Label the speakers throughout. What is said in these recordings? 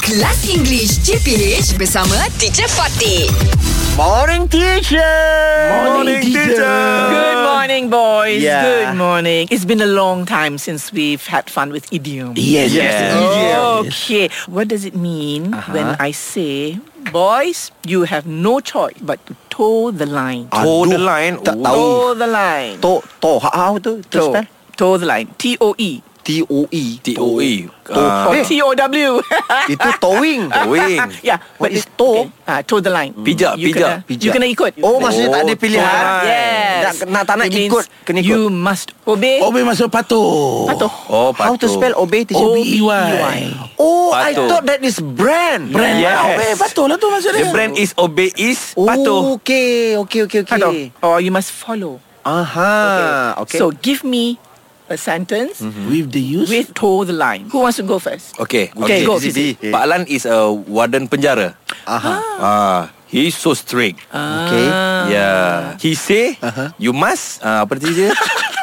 Speaker 1: Kelas English CPH bersama Teacher Fatih.
Speaker 2: Morning teacher
Speaker 3: Morning, teacher.
Speaker 4: Good morning, boys.
Speaker 2: Yeah.
Speaker 4: Good morning. It's been a long time since we've had fun with idiom.
Speaker 3: Yes,
Speaker 2: Yes. Oh. Uh-huh.
Speaker 4: Okay. What does it mean when I say, boys, you have no choice but to toe the line?
Speaker 3: Toe the
Speaker 2: Aduh,
Speaker 3: line.
Speaker 2: tak tahu.
Speaker 4: Toe the line.
Speaker 2: Oh. To to how tu to
Speaker 4: Toe.
Speaker 2: spell
Speaker 4: Toe the line. T O E.
Speaker 2: T O E
Speaker 3: T-O-E.
Speaker 2: To
Speaker 3: Ah.
Speaker 4: Or
Speaker 2: eh,
Speaker 4: T O W.
Speaker 2: itu towing
Speaker 3: Wing.
Speaker 4: Yeah.
Speaker 2: What is
Speaker 4: okay.
Speaker 2: toe?
Speaker 4: Ah, toe the line.
Speaker 3: Pijak,
Speaker 4: you
Speaker 3: pijak,
Speaker 4: kena, You kena ikut.
Speaker 2: Oh maksudnya tak
Speaker 3: Oh,
Speaker 2: ada pilihan
Speaker 3: toe line.
Speaker 4: Yes.
Speaker 2: Nak nak tak nak
Speaker 4: It means
Speaker 2: ikut kena ikut
Speaker 4: You must obey.
Speaker 3: Obey masuk patuh.
Speaker 4: Patuh.
Speaker 3: Oh, patuh.
Speaker 2: How to spell obey teacher
Speaker 3: O-B-E-Y.
Speaker 2: Oh I
Speaker 3: Patuh.
Speaker 2: thought that is brand
Speaker 3: Brand.
Speaker 4: Yes.
Speaker 3: Obey patuh lah tu maksud dia. The brand is obey is
Speaker 4: Oh.
Speaker 3: patuh.
Speaker 2: Okay Okay okay
Speaker 4: Patuh.
Speaker 2: okay
Speaker 4: Or you must follow.
Speaker 2: Aha Okay Mm. Mhm.
Speaker 4: So give me a sentence
Speaker 3: With the use.
Speaker 4: with toe the line. Who wants to go first?
Speaker 5: Okay,
Speaker 4: Okay, go,
Speaker 2: Fizi.
Speaker 5: Pak Lan is a warden penjara.
Speaker 2: Aha
Speaker 5: Ah, he is so strict.
Speaker 4: Ah.
Speaker 2: Okay
Speaker 4: Uh,
Speaker 5: Yeah, he say
Speaker 4: Uh-huh.
Speaker 5: you must uh, apa tadi dia?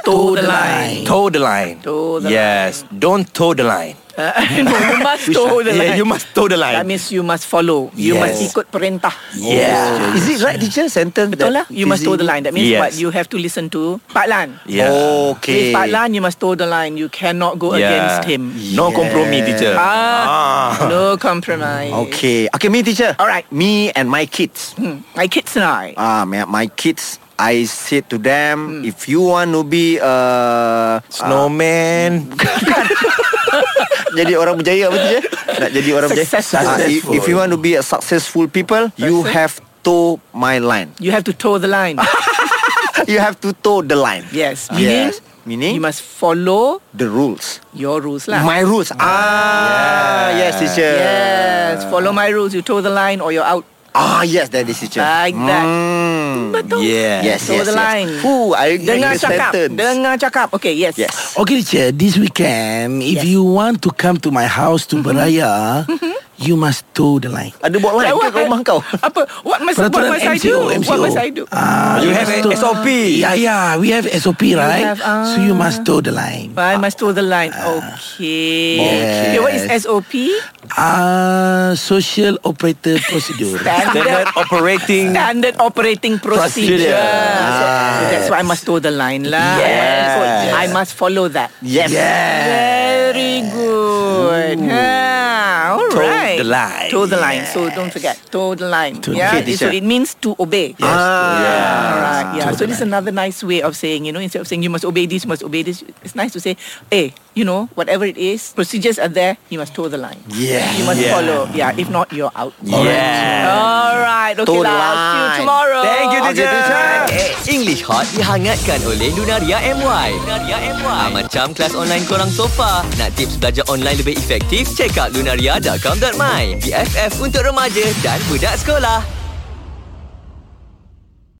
Speaker 4: Toe the line.
Speaker 5: Toe the line.
Speaker 4: Toe the
Speaker 5: yes, don't toe the line.
Speaker 4: no, you must toe the
Speaker 5: yeah,
Speaker 4: line.
Speaker 5: you must toe the
Speaker 4: That
Speaker 5: line.
Speaker 4: means you must follow. You must
Speaker 5: Yes.
Speaker 4: ikut perintah.
Speaker 5: yeah.
Speaker 2: Is it right teacher sentence
Speaker 4: Betul lah.
Speaker 2: that
Speaker 4: You must
Speaker 2: Fizi-
Speaker 4: toe the line. That means
Speaker 5: Yes.
Speaker 4: what? You have to listen to Pak Lan.
Speaker 5: Yeah.
Speaker 2: Okay
Speaker 4: If Pak Lan, you must toe the line. You cannot go Oh, against him.
Speaker 5: No compromi teacher.
Speaker 4: Ah, No compromise.
Speaker 2: Okay. Okay, me teacher.
Speaker 4: All right.
Speaker 2: Me and my kids.
Speaker 4: Hmm. My kids and I.
Speaker 2: Ah, my, my kids. I said to them,
Speaker 4: Hmm.
Speaker 2: if you want to be uh,
Speaker 5: Snowman.
Speaker 2: jadi orang berjaya apa teacher? Nak jadi orang
Speaker 4: Successful.
Speaker 2: berjaya. Ah, if, if you want to be a successful people, you
Speaker 4: Success.
Speaker 2: have to my line.
Speaker 4: You have to toe the line.
Speaker 2: you have to toe the line.
Speaker 4: yes.
Speaker 2: Ah,
Speaker 4: Meaning,
Speaker 2: yes. Meaning?
Speaker 4: you must follow
Speaker 2: The rules.
Speaker 4: your rules lah.
Speaker 2: My rules. Ah, yes, teacher.
Speaker 4: Yes, follow my rules. You toe the line or you're out.
Speaker 2: Ah, yes, that is teacher.
Speaker 4: Like that.
Speaker 2: Mm.
Speaker 4: Betul.
Speaker 5: Yeah.
Speaker 2: Yes,
Speaker 4: Toe
Speaker 2: yes,
Speaker 4: the
Speaker 2: yes.
Speaker 4: line.
Speaker 2: Ooh, I agree
Speaker 4: Dengar
Speaker 2: with the
Speaker 4: cakap.
Speaker 2: sentence.
Speaker 4: Dengar cakap. Okay, yes.
Speaker 2: Yes.
Speaker 3: Okay, teacher. This weekend, if
Speaker 4: Yes.
Speaker 3: you want to come to my house to beraya, you must toe the line.
Speaker 2: Ada buat line
Speaker 4: Like
Speaker 2: ke
Speaker 4: what?
Speaker 2: rumah kau?
Speaker 4: Apa? What must, what
Speaker 3: Peraturan
Speaker 4: must I
Speaker 3: MCO,
Speaker 4: do?
Speaker 3: MCO.
Speaker 4: What must I do?
Speaker 3: Ah,
Speaker 5: You
Speaker 3: must
Speaker 5: have
Speaker 3: toe-
Speaker 5: a SOP.
Speaker 3: Yeah, yeah. We have SOP, right?
Speaker 4: have, ah.
Speaker 3: So you must toe the line.
Speaker 4: I must toe the line. Okay.
Speaker 2: Yes.
Speaker 4: Okay, what is SOP?
Speaker 3: Ah, social operator procedure.
Speaker 5: Standard operating.
Speaker 4: Standard operating procedure.
Speaker 5: Procedure.
Speaker 4: So,
Speaker 3: Ah.
Speaker 4: so that's why I must toe the line lah.
Speaker 2: Yes.
Speaker 4: Good. I must follow that.
Speaker 2: Yes.
Speaker 4: Very good. Ha, all
Speaker 5: Toe
Speaker 4: right.
Speaker 5: the line.
Speaker 4: Toe the line. So don't forget. Toe the line. yeah.
Speaker 2: Okay,
Speaker 4: so
Speaker 2: teacher.
Speaker 4: it means to obey.
Speaker 2: Ah,
Speaker 4: All right. Yeah. So this is another nice way of saying, you know, instead of saying you must obey this, you must obey this, it's nice to say, hey, you know, whatever it is, procedures are there. You must toe the line.
Speaker 2: Yeah.
Speaker 4: You must
Speaker 5: Yeah.
Speaker 4: follow. Yeah. If not, you're out.
Speaker 5: Yeah.
Speaker 4: All right. Okay.
Speaker 2: Toe the
Speaker 4: lah. I'll see you
Speaker 2: line.
Speaker 4: tomorrow.
Speaker 5: Thank you,
Speaker 2: Okay,
Speaker 5: teacher.
Speaker 2: teacher.
Speaker 6: English Hot dihangatkan oleh Lunaria MY. Lunaria MY. Ah, macam kelas online korang sofa. Nak tips belajar online lebih efektif? Check out lunaria.com.my. BFF untuk remaja dan budak sekolah.